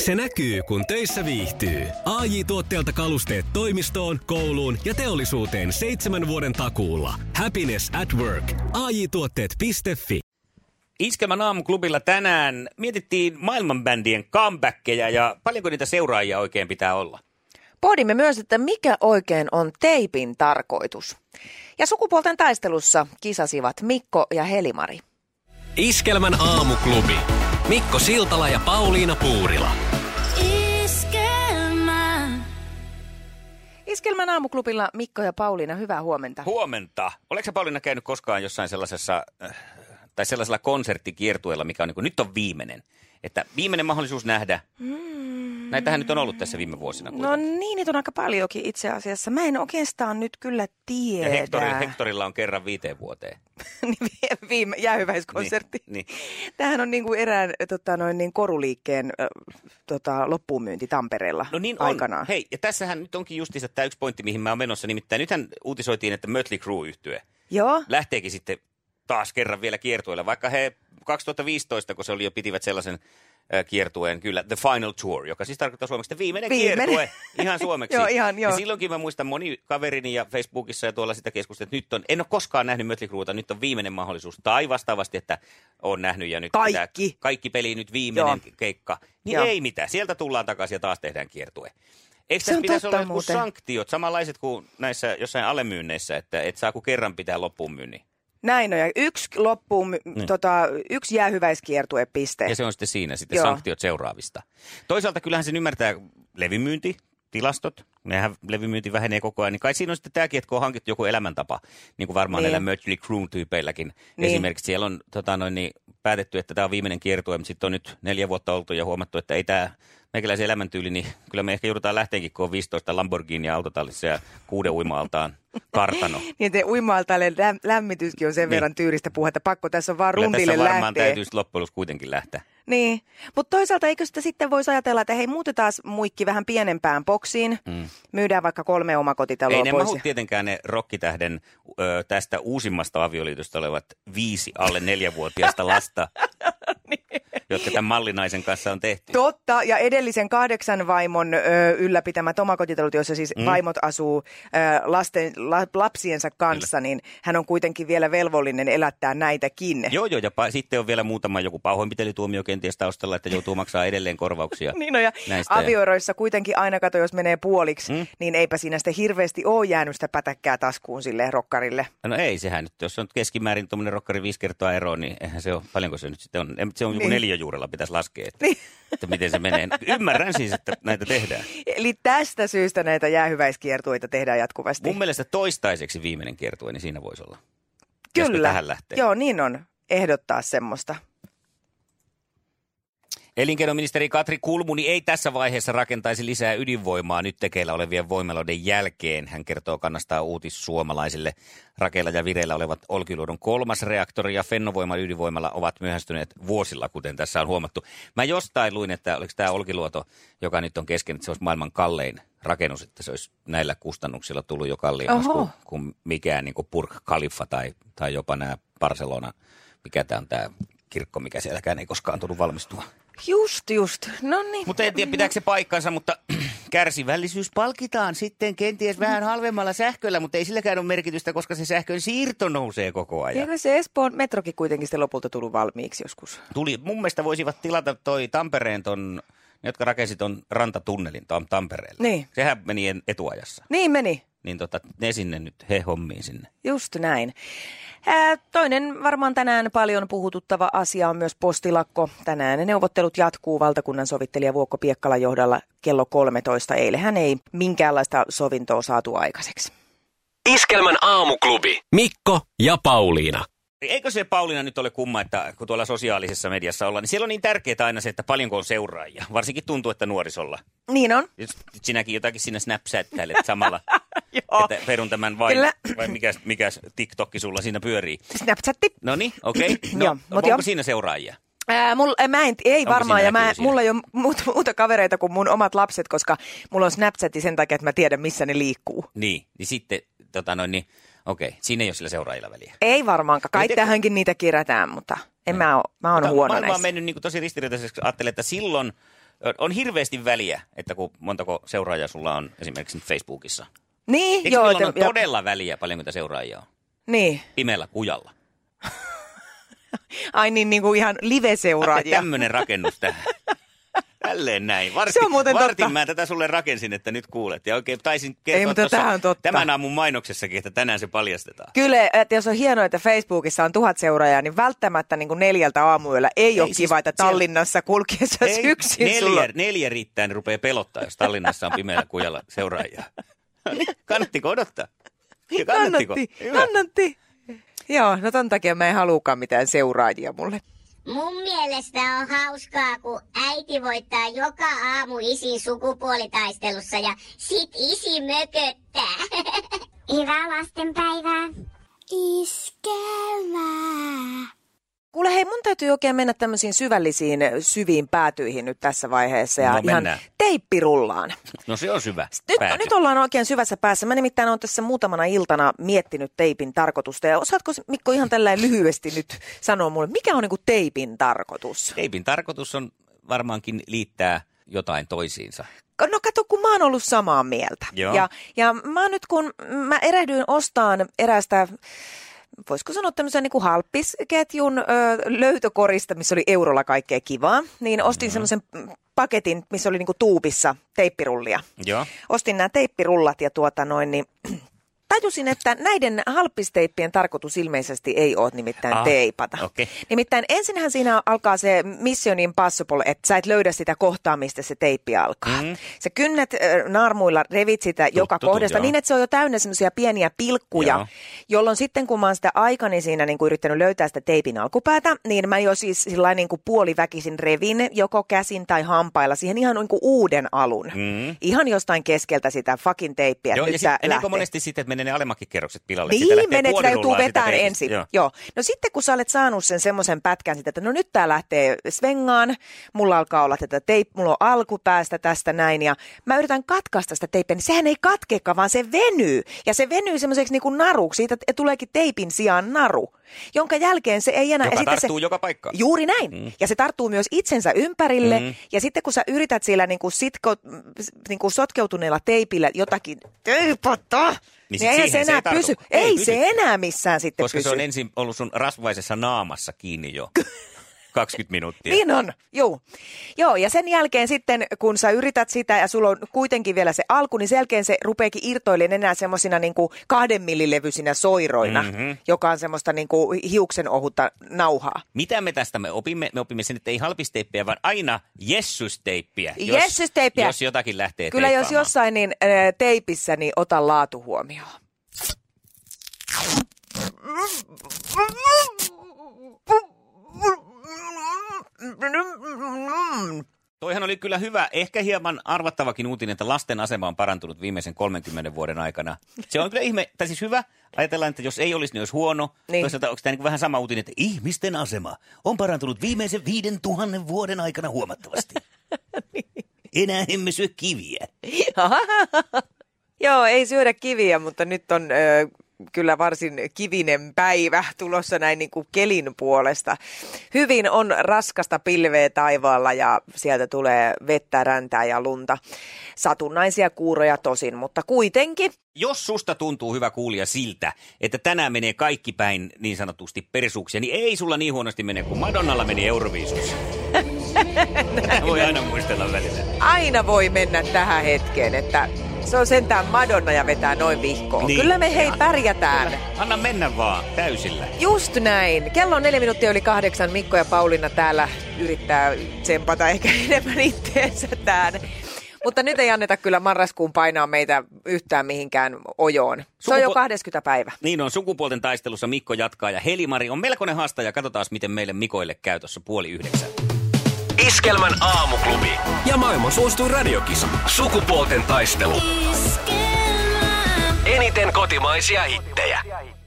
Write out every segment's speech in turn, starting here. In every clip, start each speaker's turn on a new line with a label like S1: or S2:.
S1: Se näkyy, kun töissä viihtyy. ai tuotteelta kalusteet toimistoon, kouluun ja teollisuuteen seitsemän vuoden takuulla. Happiness at work. ai tuotteetfi
S2: Iskelmän aamuklubilla tänään mietittiin maailmanbändien comebackkejä ja paljonko niitä seuraajia oikein pitää olla.
S3: Pohdimme myös, että mikä oikein on teipin tarkoitus. Ja sukupuolten taistelussa kisasivat Mikko ja Helimari.
S1: Iskelmän aamuklubi. Mikko Siltala ja Pauliina Puurila.
S4: Iskelmä.
S3: Iskelmän aamuklubilla Mikko ja Pauliina, hyvää huomenta.
S2: Huomenta. Oletko sä Pauliina käynyt koskaan jossain sellaisessa, äh, tai sellaisella konserttikiertueella, mikä on niin kuin, nyt on viimeinen? Että viimeinen mahdollisuus nähdä. Näitähän nyt on ollut tässä viime vuosina.
S5: No
S2: kuitenkin.
S5: niin, niitä on aika paljonkin itse asiassa. Mä en oikeastaan nyt kyllä
S2: ja
S5: tiedä.
S2: Hectorilla, Hectorilla on kerran viiteen vuoteen.
S5: Niin, vi- Viime jäähyväiskonsertti.
S2: Niin,
S5: Tämähän on niin kuin erään tota, noin niin koruliikkeen ö, tota, loppuunmyynti Tampereella
S2: No niin on.
S5: aikanaan.
S2: Hei, ja tässähän nyt onkin justiinsa tämä yksi pointti, mihin mä oon menossa. Nimittäin nythän uutisoitiin, että Mötley Crue yhtye
S5: Joo,
S2: lähteekin sitten taas kerran vielä kiertueelle. Vaikka he 2015, kun se oli jo pitivät sellaisen äh, kiertueen, kyllä, The Final Tour, joka siis tarkoittaa suomeksi, että viimeinen,
S5: Viimeinen.
S2: kiertue, ihan suomeksi.
S5: Joo, ihan,
S2: Ja
S5: joo.
S2: silloinkin mä muistan moni kaverini ja Facebookissa ja tuolla sitä keskustelua, että nyt on, en ole koskaan nähnyt Mötley Crueta, nyt on viimeinen mahdollisuus. Tai vastaavasti, että on nähnyt ja nyt
S5: Kaikki.
S2: pitää- kaikki peli nyt viimeinen
S5: Joo.
S2: keikka. Niin
S5: Joo.
S2: ei mitään, sieltä tullaan takaisin ja taas tehdään kiertue. Eikö
S5: Se
S2: tässä
S5: on
S2: pitäisi olla
S5: totta
S2: jotkut
S5: muuten.
S2: sanktiot, samanlaiset kuin näissä jossain alemyynneissä, että et saa kun kerran pitää loppuun myynnin.
S5: näin on. Ja yksi loppuun,
S2: Niin.
S5: niin. tota, yksi jäähyväiskiertue piste.
S2: Ja se on sitten siinä sitten
S5: Eh. Joo.
S2: sanktiot seuraavista. Toisaalta kyllähän sen ymmärtää levimyynti, tilastot, nehän levimyynti vähenee koko ajan. Niin kai siinä on sitten tämäkin, että kun on hankittu joku elämäntapa, niin kuin varmaan
S5: Niin.
S2: näillä Mercury Crew tyypeilläkin.
S5: Niin.
S2: Esimerkiksi siellä on tota noin, niin päätetty, että tämä on viimeinen kiertue, mutta sitten on nyt neljä vuotta oltu ja huomattu, että ei tämä meikäläisen elämäntyyli, niin kyllä me ehkä joudutaan lähteenkin, kun on 15 Lamborghini autotallissa ja kuuden uimaaltaan kartano.
S5: Niin, että uimaaltaalle läm- lämmityskin on sen
S2: Niin.
S5: verran tyyristä puhetta. Pakko tässä on vaan
S2: Kyllä
S5: rundille
S2: tässä varmaan
S5: lähteä.
S2: täytyy sitten loppujen lopuksi kuitenkin lähteä.
S5: Niin, mutta toisaalta eikö sitä sitten voisi ajatella, että hei muutetaan muikki vähän pienempään boksiin, mm. myydään vaikka kolme omakotitaloa
S2: Ei ne
S5: pois.
S2: mahu tietenkään ne rokkitähden ö, tästä uusimmasta avioliitosta olevat viisi alle neljävuotiaasta lasta,
S5: Niin.
S2: jotka tämän mallinaisen kanssa on tehty.
S5: Totta, ja edellisen kahdeksan vaimon ö, ylläpitämät omakotitalot, joissa siis mm. vaimot asuu ö, lasten, la, lapsiensa kanssa, Kyllä. niin hän on kuitenkin vielä velvollinen elättää näitäkin.
S2: Joo, joo, ja pa- sitten on vielä muutama joku pahoinpitelytuomio kenties taustalla, että joutuu maksaa edelleen korvauksia.
S5: Niin no ja
S2: Näistä ja-
S5: avioeroissa kuitenkin aina kato, jos menee puoliksi, mm. niin eipä siinä sitten hirveästi ole jäänyt sitä pätäkkää taskuun sille rokkarille.
S2: No ei sehän nyt, jos on keskimäärin tuommoinen rokkari viisi kertaa ero, niin eihän se ole, paljonko se nyt sitten on. En- Se on joku
S5: Niin.
S2: neliöjuurella pitäisi laskea, että, että miten se menee. Ymmärrän siis, että näitä tehdään.
S5: Eli tästä syystä näitä jäähyväiskiertueita tehdään jatkuvasti.
S2: Mun mielestä toistaiseksi viimeinen kertue, niin siinä voisi olla.
S5: Kyllä.
S2: Josko tähän lähtee.
S5: Joo, niin on. Ehdottaa semmoista.
S2: Elinkeinoministeri Katri Kulmuni ei tässä vaiheessa rakentaisi lisää ydinvoimaa nyt tekeillä olevien voimaloiden jälkeen. Hän kertoo kannastaa uutis suomalaisille. Rakeilla ja vireillä olevat Olkiluodon kolmas reaktori ja Fennovoiman ydinvoimalla ovat myöhästyneet vuosilla, kuten tässä on huomattu. Mä jostain luin, että oliko tämä Olkiluoto, joka nyt on kesken, että se olisi maailman kallein rakennus, että se olisi näillä kustannuksilla tullut jo kalliimmaksi
S3: Oho.
S2: kuin, kuin mikään niin kuin Burj Khalifa tai, tai jopa nämä Barcelona, mikä tämä on tämä kirkko, mikä sielläkään ei koskaan tullut valmistua.
S5: Just, just. No niin.
S2: Mutta en tiedä, pitääkö se paikkansa, mutta kärsivällisyys palkitaan sitten kenties vähän halvemmalla sähköllä, mutta ei silläkään ole merkitystä, koska se sähkön siirto nousee koko ajan.
S5: Eikö se Espoon metrokin kuitenkin sitten lopulta tullut valmiiksi joskus?
S2: Tuli, mun mielestä voisivat tilata toi Tampereen ton, ne jotka rakensi ton rantatunnelin tam, Tampereelle.
S5: Niin.
S2: Sehän meni en- etuajassa.
S5: Niin meni.
S2: Niin tota, ne sinne nyt, he hommiin sinne.
S5: Just näin. Ää, toinen varmaan tänään paljon puhututtava asia on myös postilakko. Tänään ne neuvottelut jatkuu valtakunnan sovittelija Vuokko Piekkalan johdolla kello 13. Eilehän ei minkäänlaista sovintoa saatu aikaiseksi.
S1: Iskelmän aamuklubi. Mikko ja Pauliina.
S2: Eikö se Pauliina nyt ole kumma, että kun tuolla sosiaalisessa mediassa ollaan, niin siellä on niin tärkeää aina se, että paljonko on seuraajia. Varsinkin tuntuu, että nuorisolla.
S5: Niin on.
S2: Jos sinäkin jotakin sinä snapsättäilet samalla.
S5: Joo.
S2: Että perun tämän vain,
S5: Oh. Kyllä.
S2: vai mikäs, mikäs TikTokki sulla siinä pyörii.
S5: Snapchatti.
S2: No niin, okei. Okay. No,
S5: Joo, mut
S2: onko
S5: joo.
S2: siinä seuraajia?
S5: Ää, mul, ää, mä en, ei
S2: Onko
S5: varmaan,
S2: siinä
S5: ja mä,
S2: näkyy
S5: mulla ei ole muuta, muuta kavereita kuin mun omat lapset, koska mulla on Snapchatti sen takia, että mä tiedän, missä ne liikkuu.
S2: Niin, niin sitten, tota noin, niin, okei, okay. siinä ei ole sillä seuraajilla väliä.
S5: Ei varmaankaan, kai
S2: Miten- Niin.
S5: tähänkin niitä kerätään, mutta en mä, oo, mä oon
S2: Mutta
S5: huono
S2: Maailma on niinku
S5: näissä.
S2: mennyt niin kuin tosi ristiriitaiseksi. Ajattelin, että silloin on, on hirveästi väliä, että kun montako seuraajaa sulla on esimerkiksi nyt Facebookissa.
S5: Niin,
S2: Eikö
S5: joo.
S2: joo, on
S5: ja-
S2: todella väliä paljon, mitä seuraajia on?
S5: Niin.
S2: Pimeällä kujalla.
S5: Ai niin, niin kuin ihan live-seuraajia.
S2: Tämmöinen rakennus tähän. Tälleen näin. Vartin,
S5: Se on muuten
S2: vartin
S5: totta.
S2: mä tätä sulle rakensin, että nyt kuulet. Ja oikein taisin
S5: Ei,
S2: kertoa
S5: mutta
S2: tuossa
S5: tää on totta.
S2: tämän aamun mainoksessakin, että tänään se paljastetaan.
S5: Kyllä, että jos on hienoa, että Facebookissa on tuhat seuraajaa, niin välttämättä niin kuin neljältä aamuyöllä ei, ei ole
S2: siis
S5: kiva, että
S2: siellä-
S5: Tallinnassa kulkiessa
S2: Ei,
S5: yksin
S2: neljä,
S5: sulla.
S2: neljä riittää, niin rupeaa pelottaa, jos Tallinnassa on pimeällä kujalla seuraajia. No niin, Kannattiko odottaa? Ja kannattiko?
S5: Niin, Kannatti,
S2: Hyvä.
S5: kannatti. Joo, no ton takia mä en haluukaan mitään seuraajia mulle.
S4: Mun mielestä on hauskaa, kun äiti voittaa joka aamu isin sukupuolitaistelussa ja sit isi mököttää. Hyvää lastenpäivää. Iskelmää.
S5: Kuule hei, mun täytyy oikein mennä tämmöisiin syvällisiin syviin päätyihin nyt tässä vaiheessa ja
S2: No,
S5: ihan
S2: mennään.
S5: teippirullaan.
S2: No se on syvä.
S5: Nyt,
S2: pääty.
S5: nyt ollaan oikein syvässä päässä. Mä nimittäin olen tässä muutamana iltana miettinyt teipin tarkoitusta. Ja osaatko Mikko ihan tällä lyhyesti nyt sanoa mulle, mikä on niin kuin teipin tarkoitus?
S2: Teipin tarkoitus on varmaankin liittää jotain toisiinsa.
S5: No kato, kun mä oon ollut samaa mieltä.
S2: Joo.
S5: Ja, ja mä oon nyt kun mä erehdyin ostaan erästä voisiko sanoa tämmöisen niin kuin halppisketjun ö, löytökorista, missä oli eurolla kaikkea kivaa, niin ostin
S2: Mm-hmm.
S5: mm. semmoisen paketin, missä oli niin kuin tuubissa teippirullia.
S2: Joo.
S5: Ostin nämä teippirullat ja tuota noin, niin tajusin, että näiden halppisteippien tarkoitus ilmeisesti ei ole nimittäin
S2: Ah,
S5: teipata.
S2: okei.
S5: Nimittäin ensinhän siinä alkaa se Mission Impossible, että sä et löydä sitä kohtaa, mistä se teippi alkaa.
S2: Mm.
S5: Mm-hmm. Sä kynnet ö, naarmuilla revit sitä joka
S2: tuttu,
S5: kohdasta
S2: joo.
S5: niin, että se on jo täynnä semmoisia pieniä pilkkuja,
S2: Joo.
S5: jolloin sitten kun mä oon sitä aikani siinä niin kuin yrittänyt löytää sitä teipin alkupäätä, niin mä jo siis sillä niin kuin puoliväkisin revin joko käsin tai hampailla siihen ihan niin kuin uuden alun.
S2: Mm.
S5: Ihan jostain keskeltä sitä fucking teippiä.
S2: Joo,
S5: nyt
S2: ja
S5: tää
S2: sitten
S5: lähtee.
S2: monesti sitten, että menee ne alemmatkin kerrokset pilalle. Siitä
S5: Niin,
S2: lähtee
S5: menet
S2: puoli
S5: sitä joutuu
S2: rullaa siitä
S5: vetään
S2: teipistä.
S5: ensin.
S2: Joo.
S5: Joo. Joo. No sitten kun sä olet saanut sen semmoisen pätkän sitä, että no nyt tää lähtee svengaan, mulla alkaa olla tätä teip, mulla on alkupäästä tästä näin ja mä yritän katkaista sitä teippiä, niin sehän ei katkekaan, vaan se venyy. Ja se venyy semmoiseksi niin kuin naruksi, siitä t- tuleekin teipin sijaan naru, jonka jälkeen se ei enää...
S2: Joka
S5: sitten
S2: tarttuu
S5: se,
S2: joka paikkaan.
S5: Juuri näin. Mm. Ja se tarttuu myös itsensä ympärille.
S2: Mm.
S5: Mm. Ja sitten kun sä yrität siellä niin kuin sitko, niin kuin sotkeutuneella teipillä jotakin teipata,
S2: Niin sit
S5: niin, niin eihän se
S2: siihen se
S5: enää
S2: ei tartu.
S5: pysy.
S2: Ei
S5: Ei,
S2: pysy.
S5: se enää missään sitten
S2: Koska
S5: pysy.
S2: se on ensin ollut sun rasvaisessa naamassa kiinni jo 20 minuuttia.
S5: Niin on, juu. Joo, ja sen jälkeen sitten, kun sä yrität sitä ja sulla on kuitenkin vielä se alku, niin sen jälkeen se rupeekin irtoilemaan enää semmoisina niin kuin kahden millilevyisinä soiroina,
S2: Mhm.
S5: mm-hmm. joka on semmoista niin kuin hiuksen ohutta nauhaa.
S2: Mitä me tästä me opimme? Me opimme sen, että ei halpisteippiä, vaan aina jessusteippiä. jos-
S5: Jessusteippiä.
S2: Jos jotakin lähtee
S5: Kyllä jos
S2: teippaamaan.
S5: jossain niin äh, teipissä, niin ota laatu huomioon.
S2: Toihan oli kyllä hyvä, ehkä hieman arvattavakin uutinen, että lasten asema on parantunut viimeisen 30 vuoden aikana. Se on kyllä ihme, tai siis hyvä, ajatellaan, että jos ei olisi, niin olisi huono. Niin.
S5: Niin.
S2: Toisaalta onko tämä niin vähän sama uutinen, että ihmisten asema on parantunut viimeisen 5000 vuoden aikana huomattavasti. Enää emme syö kiviä.
S5: Joo, ei syödä kiviä, mutta nyt on ö, kyllä varsin kivinen päivä tulossa näin niin kuin kelin puolesta. Hyvin on raskasta pilveä taivaalla ja sieltä tulee vettä, räntää ja lunta. Satunnaisia kuuroja tosin, mutta kuitenkin.
S2: Jos susta tuntuu hyvä kuulija siltä, että tänään menee kaikki päin niin sanotusti persuuksia, niin ei sulla niin huonosti mene kuin Madonnalla meni Euroviisussa. Tätä voi aina muistella välillä.
S5: Aina voi mennä tähän hetkeen, että se on sentään Madonna ja vetää noin
S2: Niin.
S5: vihkoon. Niin. Kyllä me hei pärjätään.
S2: Anna mennä vaan, täysillä.
S5: Just näin. Kello on neljä minuuttia yli kahdeksan. Mikko ja Pauliina täällä yrittää tsempata ehkä enemmän itteensä tään. Mutta nyt ei anneta kyllä marraskuun painaa meitä yhtään mihinkään ojoon. Se on jo
S2: Sukupu-
S5: 20 päivä.
S2: Niin on, sukupuolten taistelussa Mikko jatkaa ja Helimari on melkoinen haastaja. Katsotaan, miten meille Mikoille käytössä puoli yhdeksän.
S1: Iskelmän aamuklubi. Ja maailman suosituin radiokisa. Sukupuolten taistelu.
S4: Iskelmää.
S1: Eniten kotimaisia hittejä.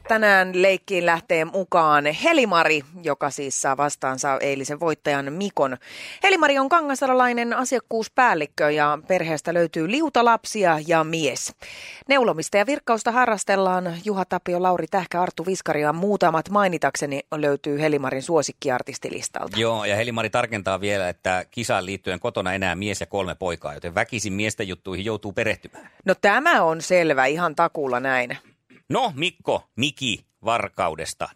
S5: tänään leikkiin lähtee mukaan Helimari, joka siis saa vastaansa eilisen voittajan Mikon. Helimari on kangasalalainen asiakkuuspäällikkö ja perheestä löytyy liuta lapsia ja mies. Neulomista ja virkkausta harrastellaan. Juha Tapio, Lauri Tähkä, Arttu Viskari ja muutamat mainitakseni löytyy Helimarin suosikkiartistilistalta.
S2: Joo, ja Helimari tarkentaa vielä, että kisaan liittyen kotona enää mies ja kolme poikaa, joten väkisin miesten juttuihin joutuu perehtymään.
S5: No tämä on selvä, ihan takuulla näin.
S2: No Mikko, Miki Varkaudesta,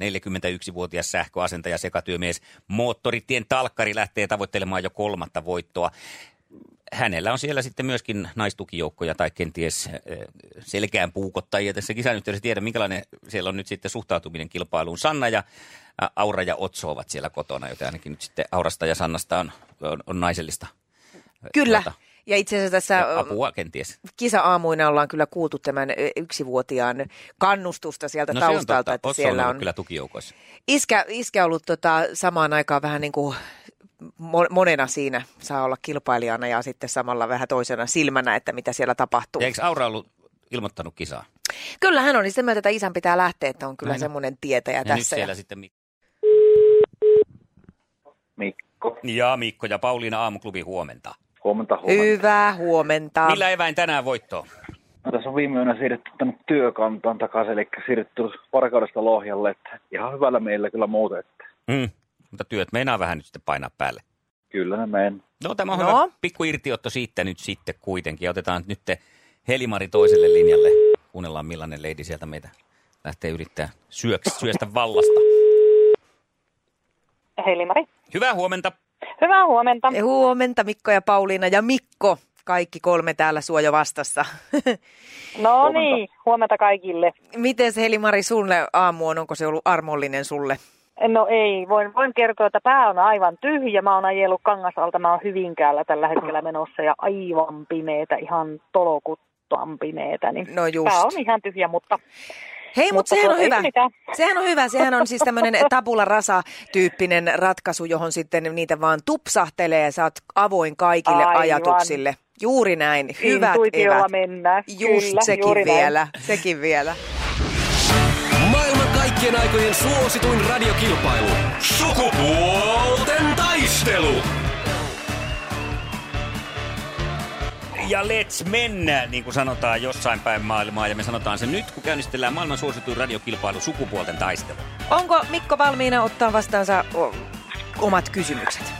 S2: 41-vuotias sähköasentaja, sekatyömies, moottoritien talkkari lähtee tavoittelemaan jo kolmatta voittoa. Hänellä on siellä sitten myöskin naistukijoukkoja tai kenties selkään puukottajia tässä kisan yhteydessä. Tiedä, minkälainen siellä on nyt sitten suhtautuminen kilpailuun. Sanna ja Aura ja Otso ovat siellä kotona, joten ainakin nyt sitten Aurasta ja Sannasta on, on, on naisellista.
S5: Kyllä. Tuota, ja itse asiassa tässä
S2: tota. ja apua kenties.
S5: kisa-aamuina ollaan kyllä kuultu tämän e, yksivuotiaan kannustusta sieltä no, taustalta.
S2: Että Otso siellä on, on kyllä tukijoukoissa.
S5: Iskä, iskä ollut tota, samaan aikaan vähän niin kuin monena siinä saa olla kilpailijana ja sitten samalla vähän toisena silmänä, että mitä siellä tapahtuu.
S2: Ja eikö Aura ollut ilmoittanut kisaa?
S5: Kyllä hän on, niin sitä mieltä, että isän pitää lähteä, että on kyllä Näin. semmoinen tietäjä ja tässä.
S2: Nyt siellä ja... sitten Mikko.
S6: Mikko.
S2: Ja Mikko ja Pauliina Aamuklubi huomenta.
S6: Huomenta, huomenta.
S5: Hyvää huomenta.
S2: Millä eväin tänään voittoon?
S6: No, tässä on viime yönä siirretty tänne työkantaan takaisin, eli siirretty parkaudesta Lohjalle. Että ihan hyvällä meillä kyllä muuten. Että.
S2: Mm, mutta työt meinaa vähän nyt sitten painaa päälle.
S6: Kyllä ne meen.
S2: No tämä on no. hyvä pikku irtiotto siitä nyt sitten kuitenkin. Ja otetaan nyt Helimari toiselle linjalle. Kuunnellaan millainen leidi sieltä meitä lähtee yrittää syöks, syöstä vallasta.
S7: Helimari.
S2: Hyvää huomenta.
S7: Hyvää huomenta.
S5: Ja huomenta Mikko ja Pauliina ja Mikko. Kaikki kolme täällä suoja vastassa.
S7: No huomenta. niin, huomenta kaikille.
S5: Miten se Helimari sulle aamu on? Onko se ollut armollinen sulle?
S7: No ei, voin, voin kertoa, että pää on aivan tyhjä. Mä oon ajellut Kangasalta, mä oon Hyvinkäällä tällä hetkellä menossa ja aivan pimeetä, ihan tolokuttuan pimeetä. Niin
S5: no just.
S7: Pää on ihan tyhjä, mutta
S5: Hei, mutta sehän on hyvä. Mitään. Sehän on hyvä. Sehän on siis tämmöinen tabula rasa-tyyppinen ratkaisu, johon sitten niitä vaan tupsahtelee ja saat avoin kaikille Aivan. ajatuksille. Juuri näin. Hyvät
S7: Intuitiolla
S5: evät.
S7: mennä.
S5: Just Kyllä, sekin vielä. Näin. Sekin vielä.
S1: Maailman kaikkien aikojen suosituin radiokilpailu. Sukupuolten taistelu.
S2: ja let's mennä, niin kuin sanotaan jossain päin maailmaa. Ja me sanotaan se nyt, kun käynnistellään maailman suosituin radiokilpailu sukupuolten taistelu.
S5: Onko Mikko valmiina ottaa vastaansa o- omat kysymykset?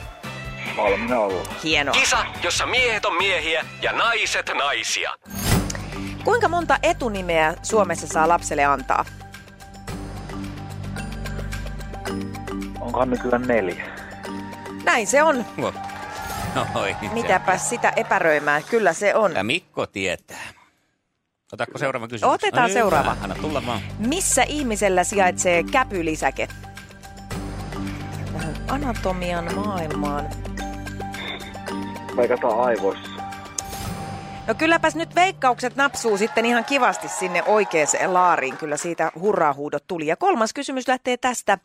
S6: Valmiina ollut.
S5: Hienoa.
S1: Kisa, jossa miehet on miehiä ja naiset naisia.
S5: Kuinka monta etunimeä Suomessa saa lapselle antaa?
S6: Onkohan nykyään neljä?
S5: Näin se on.
S2: No. Noin,
S5: Mitäpä sitä epäröimään, kyllä se on.
S2: Ja Mikko tietää. Otatko seuraava kysymys? niin,
S5: Otetaan no, seuraava.
S2: Hyvä. Anna tulla vaan.
S5: Missä ihmisellä sijaitsee käpylisäke? Vähän anatomian maailmaan.
S6: Veikataan aivoissa.
S5: No kylläpäs nyt veikkaukset napsuu sitten ihan kivasti sinne oikeeseen laariin. Kyllä siitä hurraahuudot tuli. Ja kolmas kysymys lähtee tästä.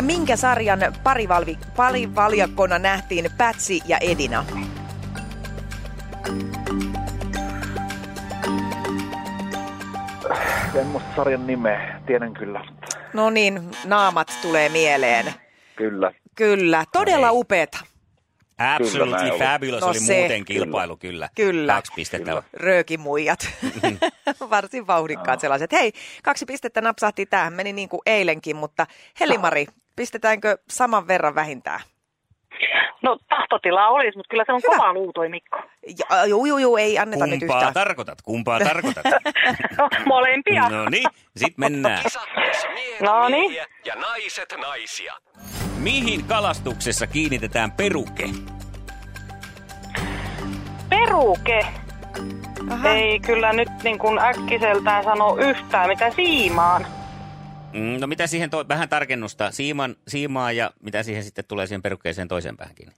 S5: Minkä sarjan parivalvi, parivaljakkona nähtiin Pätsi ja Edina?
S6: En muista sarjan nimeä, tiedän kyllä.
S5: No niin, naamat tulee mieleen.
S6: Kyllä.
S5: Kyllä, todella no upeeta.
S2: Absolutely kyllä, fabulous no oli se. muuten kilpailu, kyllä.
S5: Kyllä.
S2: Kaksi pistettä. Mm-hmm. Kyllä.
S5: Röökimuijat. Varsin vauhdikkaat no. sellaiset. Hei, kaksi pistettä napsahti. Tämähän meni niin kuin eilenkin, mutta Helimari, pistetäänkö saman verran vähintään?
S7: No tahtotilaa olisi, mutta kyllä se on Hyvä. kova luutoi, Mikko.
S5: Ja, äh, juu, juu, juu, ei anneta
S2: kumpaa
S5: nyt yhtään.
S2: tarkoitat, kumpaa tarkoitat?
S7: no, molempia.
S2: No niin, sit mennään.
S7: no niin.
S1: Ja naiset naisia.
S2: Mihin kalastuksessa kiinnitetään peruke?
S7: Peruke? Aha. Ei kyllä nyt niin kuin äkkiseltään sano yhtään, mitä siimaan.
S2: Mm, no mitä siihen, toi, vähän tarkennusta, siiman, siimaa ja mitä siihen sitten tulee siihen perukkeeseen toiseen päähän kiinni?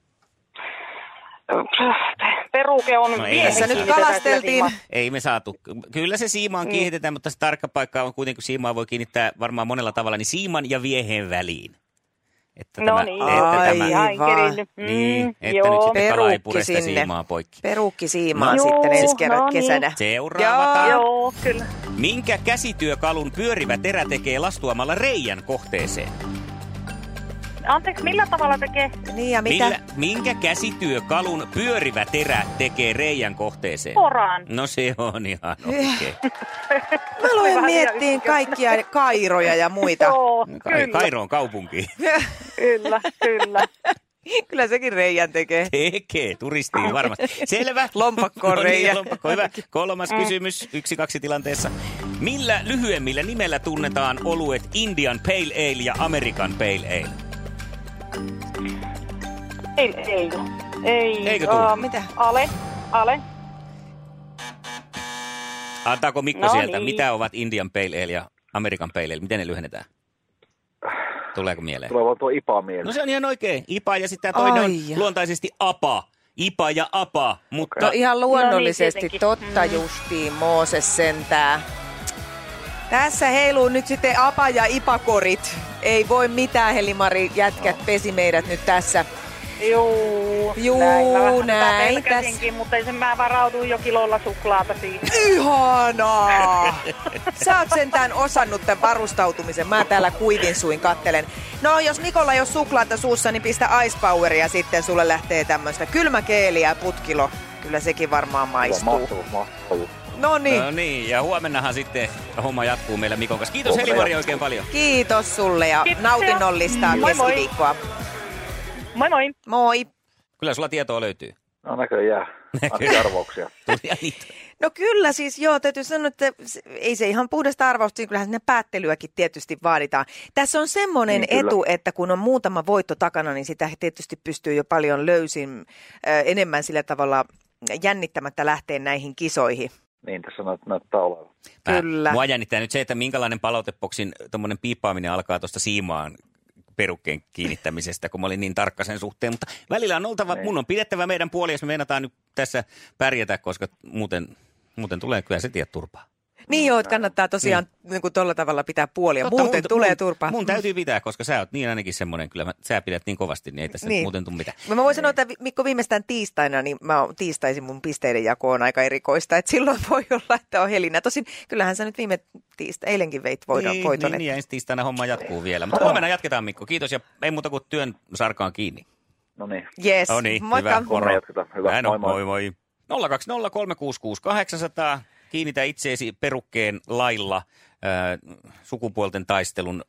S7: Peruke on
S5: no tässä nyt kalasteltiin.
S2: Ei me saatu. Kyllä se siimaan mm.
S7: Niin.
S2: kiinnitetään, mutta se tarkka paikka on kuitenkin, kun siimaa voi kiinnittää varmaan monella tavalla, niin siiman ja vieheen väliin.
S7: Että no tämä, niin, että
S5: aivan.
S7: Tämä, mm,
S2: niin, että joo. nyt sitten kala ei pure sitä siimaa poikki.
S5: Perukki siimaan no, sitten ensi kerran no, kesänä.
S2: Niin. Seuraava.
S7: Joo, kyllä.
S2: Minkä käsityökalun pyörivä terä tekee lastuamalla reijän kohteeseen?
S7: Anteeksi, millä tavalla tekee?
S5: Niin ja mitä?
S2: Millä, minkä käsityökalun pyörivä terä tekee reijän kohteeseen?
S7: Poran.
S2: No se on ihan oikein.
S5: Mä
S7: Oli
S5: aloin
S7: vähän liian
S5: miettiin
S7: yksinkertainen.
S5: kaikkia kairoja ja muita.
S7: Joo,
S2: Kai,
S7: kyllä,
S2: Kairo on kaupunki.
S7: kyllä, kyllä.
S5: Kyllä sekin reijän tekee.
S2: Tekee, turistiin varmasti. Selvä.
S5: Lompakko on
S2: no niin,
S5: reijä.
S2: lompakko, hyvä. Kolmas kysymys, yksi kaksi tilanteessa. Millä lyhyemmillä nimellä tunnetaan oluet Indian Pale Ale ja American Pale Ale?
S7: Ei, ei, ei.
S2: Eikö tullut?
S7: ähm,
S5: Mitä?
S7: Ale, ale.
S2: Antaako Mikko
S7: No
S2: sieltä,
S7: niin.
S2: mitä ovat Indian Pale Ale ja American Pale Ale? Miten ne lyhennetään? Tuleeko mieleen?
S6: Tulee vaan tuo ipa mieleen.
S2: No se on ihan oikein. IPA ja sitten tämä toinen
S5: Ai
S2: on
S5: ja.
S2: luontaisesti APA. IPA ja APA, mutta
S5: No ihan luonnollisesti,
S7: niin, tietenkin.
S5: totta
S7: Mm.
S5: justiin, Mooses sentää. Tässä heiluu nyt sitten apa- ja ipakorit. Ei voi mitään, Helimari,
S7: No.
S5: jätkät pesi meidät nyt tässä.
S7: Juu,
S5: Juu,
S7: näin. Mä vähän sitä
S5: näin
S7: pelkäsinkin, mutta ei se mä varauduin jo kilolla suklaata siihen.
S5: Ihanaa! Sä oot sentään osannut tämän varustautumisen. Mä täällä kuivin suin kattelen. No, jos Mikolla ei ole suklaata suussa, niin pistä Ice Poweria sitten. Sulle lähtee tämmöistä kylmäkeeliä ja putkilo. Kyllä sekin varmaan
S6: Hyvä,
S5: maistuu.
S6: mahtava, mahtava.
S5: No niin,
S2: No niin, ja huomennahan sitten homma jatkuu meillä Mikon kanssa. Kiitos
S6: Huomenna
S2: Helimari
S6: jatkuu.
S2: oikein paljon.
S5: kiitos sulle ja
S7: Kiitoksia.
S5: nautinnollista
S7: Moi moi.
S5: keskiviikkoa.
S7: Moi moi!
S5: Moi.
S2: Kyllä sulla tietoa löytyy.
S6: No näköjään. Ainakin arvauksia.
S2: Tuli niin niitä.
S5: No kyllä siis, joo, täytyy sanoa, että se- ei se ihan puhdasta arvausta, siinä kyllähän sinne päättelyäkin tietysti vaaditaan. Tässä on semmoinen
S6: Niin, kyllä.
S5: etu, että kun on muutama voitto takana, niin sitä tietysti pystyy jo paljon löysin äh, enemmän sillä tavalla jännittämättä lähteä näihin kisoihin.
S6: Niin tässä näyt- näyttää olevan.
S2: Mä-
S5: Kyllä.
S2: Mua jännittää nyt se, että minkälainen palauteboksin tuommoinen piippaaminen alkaa tuosta siimaan perukkeen kiinnittämisestä, kun mä olin niin tarkka sen suhteen. Mutta välillä on oltava,
S6: Niin.
S2: mun on pidettävä meidän puoli, jos me meinataan nyt tässä pärjätä, koska muuten, muuten tulee kyllä se tie turpaa.
S5: Niin joo, että kannattaa tosiaan niin. kuin tolla tavalla pitää puolia,
S2: Mm. Totta,
S5: muuten
S2: mun-
S5: tulee
S2: mun-
S5: turpa.
S2: Mun täytyy pitää, koska sä oot niin ainakin semmoinen, kyllä mä, sä pidät niin kovasti, niin ei tässä niin.
S5: Niin.
S2: muuten tule mitään.
S5: No Mä voin sanoa, että Vi- Mikko viimeistään tiistaina, niin mä oon- tiistaisin mun pisteiden jako on aika erikoista, että silloin voi olla, että on helinä. Tosin kyllähän sä nyt viime tiista, eilenkin veit voidon,
S2: niin,
S5: voiton.
S2: niin,
S5: että-
S2: niin, ja ensi tiistaina homma jatkuu vielä. Mutta huomenna jatketaan Mikko, kiitos ja ei muuta kuin työn sarkaan kiinni.
S6: No niin.
S5: Yes.
S2: No niin,
S5: Moikka.
S2: hyvä.
S6: Huomenna jatketaan. Hyvä,
S2: Näin
S6: moi
S2: on,
S6: moi.
S2: moi moi. 020366800. Kiinnitä itseesi perukkeen lailla äh, sukupuolten taistelun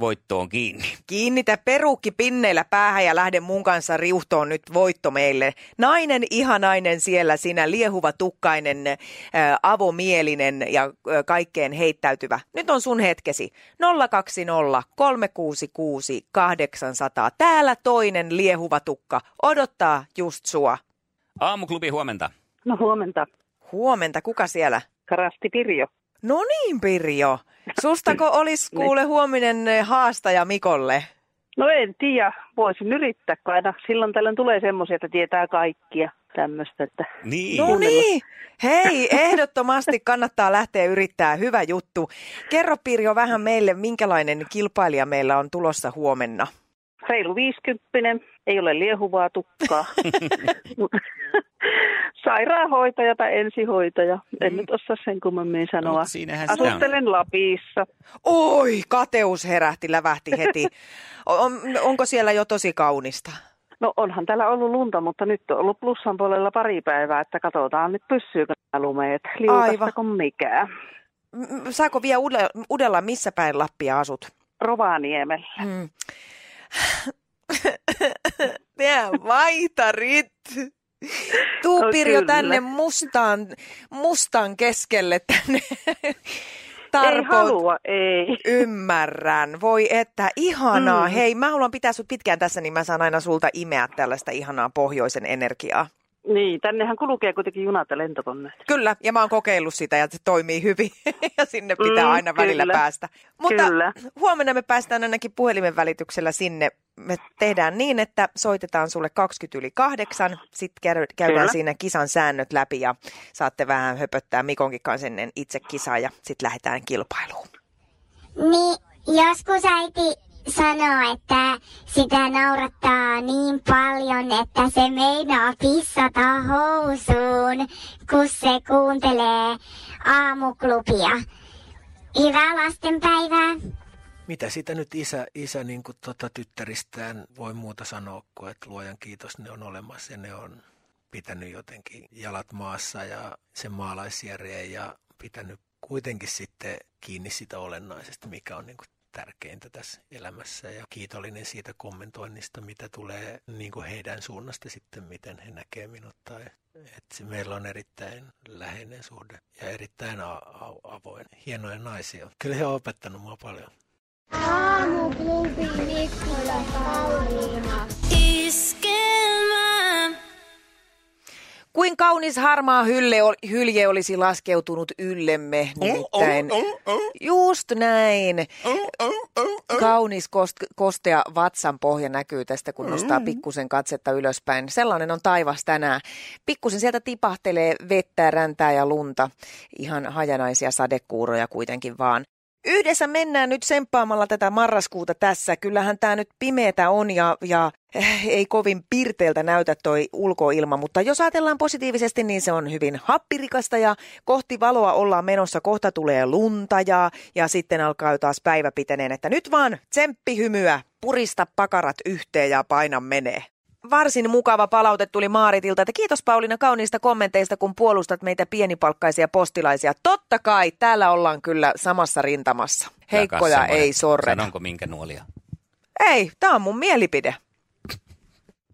S2: voittoon kiinni.
S5: Kiinnitä perukki pinneillä päähän ja lähde mun kanssa riuhtoon nyt voitto meille. Nainen, ihanainen siellä sinä, liehuva tukkainen, äh, avomielinen ja äh, kaikkeen heittäytyvä. Nyt on sun hetkesi. 020 366 800. Täällä toinen liehuva tukka odottaa just sua.
S2: Aamuklubi huomenta.
S8: No huomenta.
S5: Huomenta, kuka siellä?
S8: Karasti Pirjo.
S5: No niin, Pirjo. Sustako olisi kuule huominen äh, haastaja Mikolle?
S8: No en tiedä, voisin yrittää, kun aina silloin tällöin tulee semmoisia, että tietää kaikkia tämmöistä, että
S2: Niin.
S5: No niin, hei, ehdottomasti kannattaa lähteä yrittää. Hyvä juttu. Kerro Pirjo vähän meille, minkälainen kilpailija meillä on tulossa huomenna.
S8: reilu viisikymppinen, ei ole liehuvaa tukkaa. Mut- Sairaanhoitaja tai ensihoitaja, en nyt osaa sen kummemmin
S2: No,
S8: sanoa.
S2: mutta siinähän sitä on.
S8: Asustelen Lapissa.
S5: Oi, kateus herähti, lävähti heti. O- On, onko siellä jo tosi kaunista?
S8: No onhan täällä ollut lunta, mutta nyt on ollut plussan puolella pari päivää, että katsotaan nyt pysyykö nämä lumeet. Liukasta
S5: Aivan.
S8: kuin mikään.
S5: M- m- Saako vielä uudella, uudella missä päin Lappia asut?
S8: Rovaniemellä.
S5: Mm. Tää vaihtarit. Tuu
S8: No
S5: Pirjo
S8: kyllä.
S5: tänne mustaan, mustan keskelle tänne.
S8: Ei
S5: Tarpoot.
S8: halua, ei.
S5: Ymmärrän. Voi että, ihanaa.
S8: Mm.
S5: Mm. Hei, mä haluan pitää sut pitkään tässä, niin mä saan aina sulta imeä tällaista ihanaa pohjoisen energiaa.
S8: Niin, tännehän kulkee kuitenkin junat ja lentokoneet.
S5: Kyllä, ja mä oon kokeillut sitä ja se toimii hyvin ja sinne pitää
S8: Mm,
S5: aina välillä
S8: kyllä.
S5: päästä. Mutta
S8: Kyllä.
S5: huomenna me päästään ainakin puhelimen välityksellä sinne. Me tehdään niin, että soitetaan sulle 20 yli 8, sitten käydään
S8: Kyllä.
S5: siinä kisan säännöt läpi ja saatte vähän höpöttää Mikonkin kanssa ennen itse kisaa ja sitten lähdetään kilpailuun.
S4: Niin, joskus äiti sanoo, että sitä naurattaa niin paljon, että se meinaa pissata housuun, kun se kuuntelee aamuklubia. Hyvää lastenpäivää.
S9: Mitä sitä nyt isä, isä niin kuin tota tyttäristään voi muuta sanoa kuin, että luojan kiitos ne on olemassa ja ne on pitänyt jotenkin jalat maassa ja sen maalaisjärjen ja pitänyt kuitenkin sitten kiinni sitä olennaisesta, mikä on niin kuin tärkeintä tässä elämässä ja kiitollinen siitä kommentoinnista, mitä tulee niin kuin heidän suunnasta sitten, miten he näkevät minut. Tai, että meillä on erittäin läheinen suhde ja erittäin a- a- avoin. Hienoja naisia. Kyllä he on opettanut mua paljon.
S4: Aamuklubi Mikko ja Pauliina.
S5: Kuin kaunis harmaa hylle, ol- hylje olisi laskeutunut yllemme nimittäin. Just näin. Kaunis kost- kostea vatsan pohja näkyy tästä, kun nostaa pikkusen katsetta ylöspäin. Sellainen on taivas tänään. Pikkusen sieltä tipahtelee vettä, räntää ja lunta. Ihan hajanaisia sadekuuroja kuitenkin vaan. Yhdessä mennään nyt semppaamalla tätä marraskuuta tässä. Kyllähän tämä nyt pimeätä on ja, ja eh, ei kovin pirteeltä näytä toi ulkoilma, mutta jos ajatellaan positiivisesti, niin se on hyvin happirikasta ja kohti valoa ollaan menossa. Kohta tulee lunta ja, ja sitten alkaa jo taas päivä piteneen, että nyt vaan tsemppihymyä, purista pakarat yhteen ja paina menee varsin mukava palaute tuli Maaritilta, että kiitos Pauliina kauniista kommenteista, kun puolustat meitä pienipalkkaisia postilaisia. Totta kai, täällä ollaan kyllä samassa rintamassa. Heikkoja ei sorreta.
S2: Sanonko minkä nuolia?
S5: Ei, tämä on mun mielipide.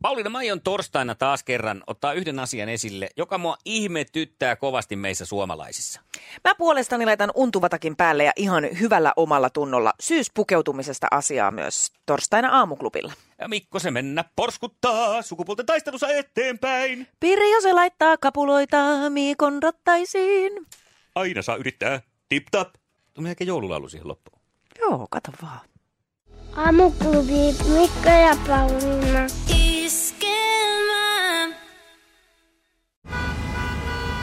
S2: Pauliina Maijon torstaina taas kerran ottaa yhden asian esille, joka mua ihmetyttää kovasti meissä suomalaisissa.
S5: Mä puolestani laitan untuvatakin päälle ja ihan hyvällä omalla tunnolla syyspukeutumisesta asiaa myös torstaina aamuklubilla.
S2: Ja Mikko se mennä porskuttaa sukupuolten taistelussa eteenpäin.
S5: Pirjo se laittaa kapuloita Miikon rattaisiin.
S2: Aina saa yrittää. Tip tap. Tuli melkein joululaulu siihen loppuun.
S5: Joo, kato vaan.
S4: Aamuklubi Mikko ja Pauliina.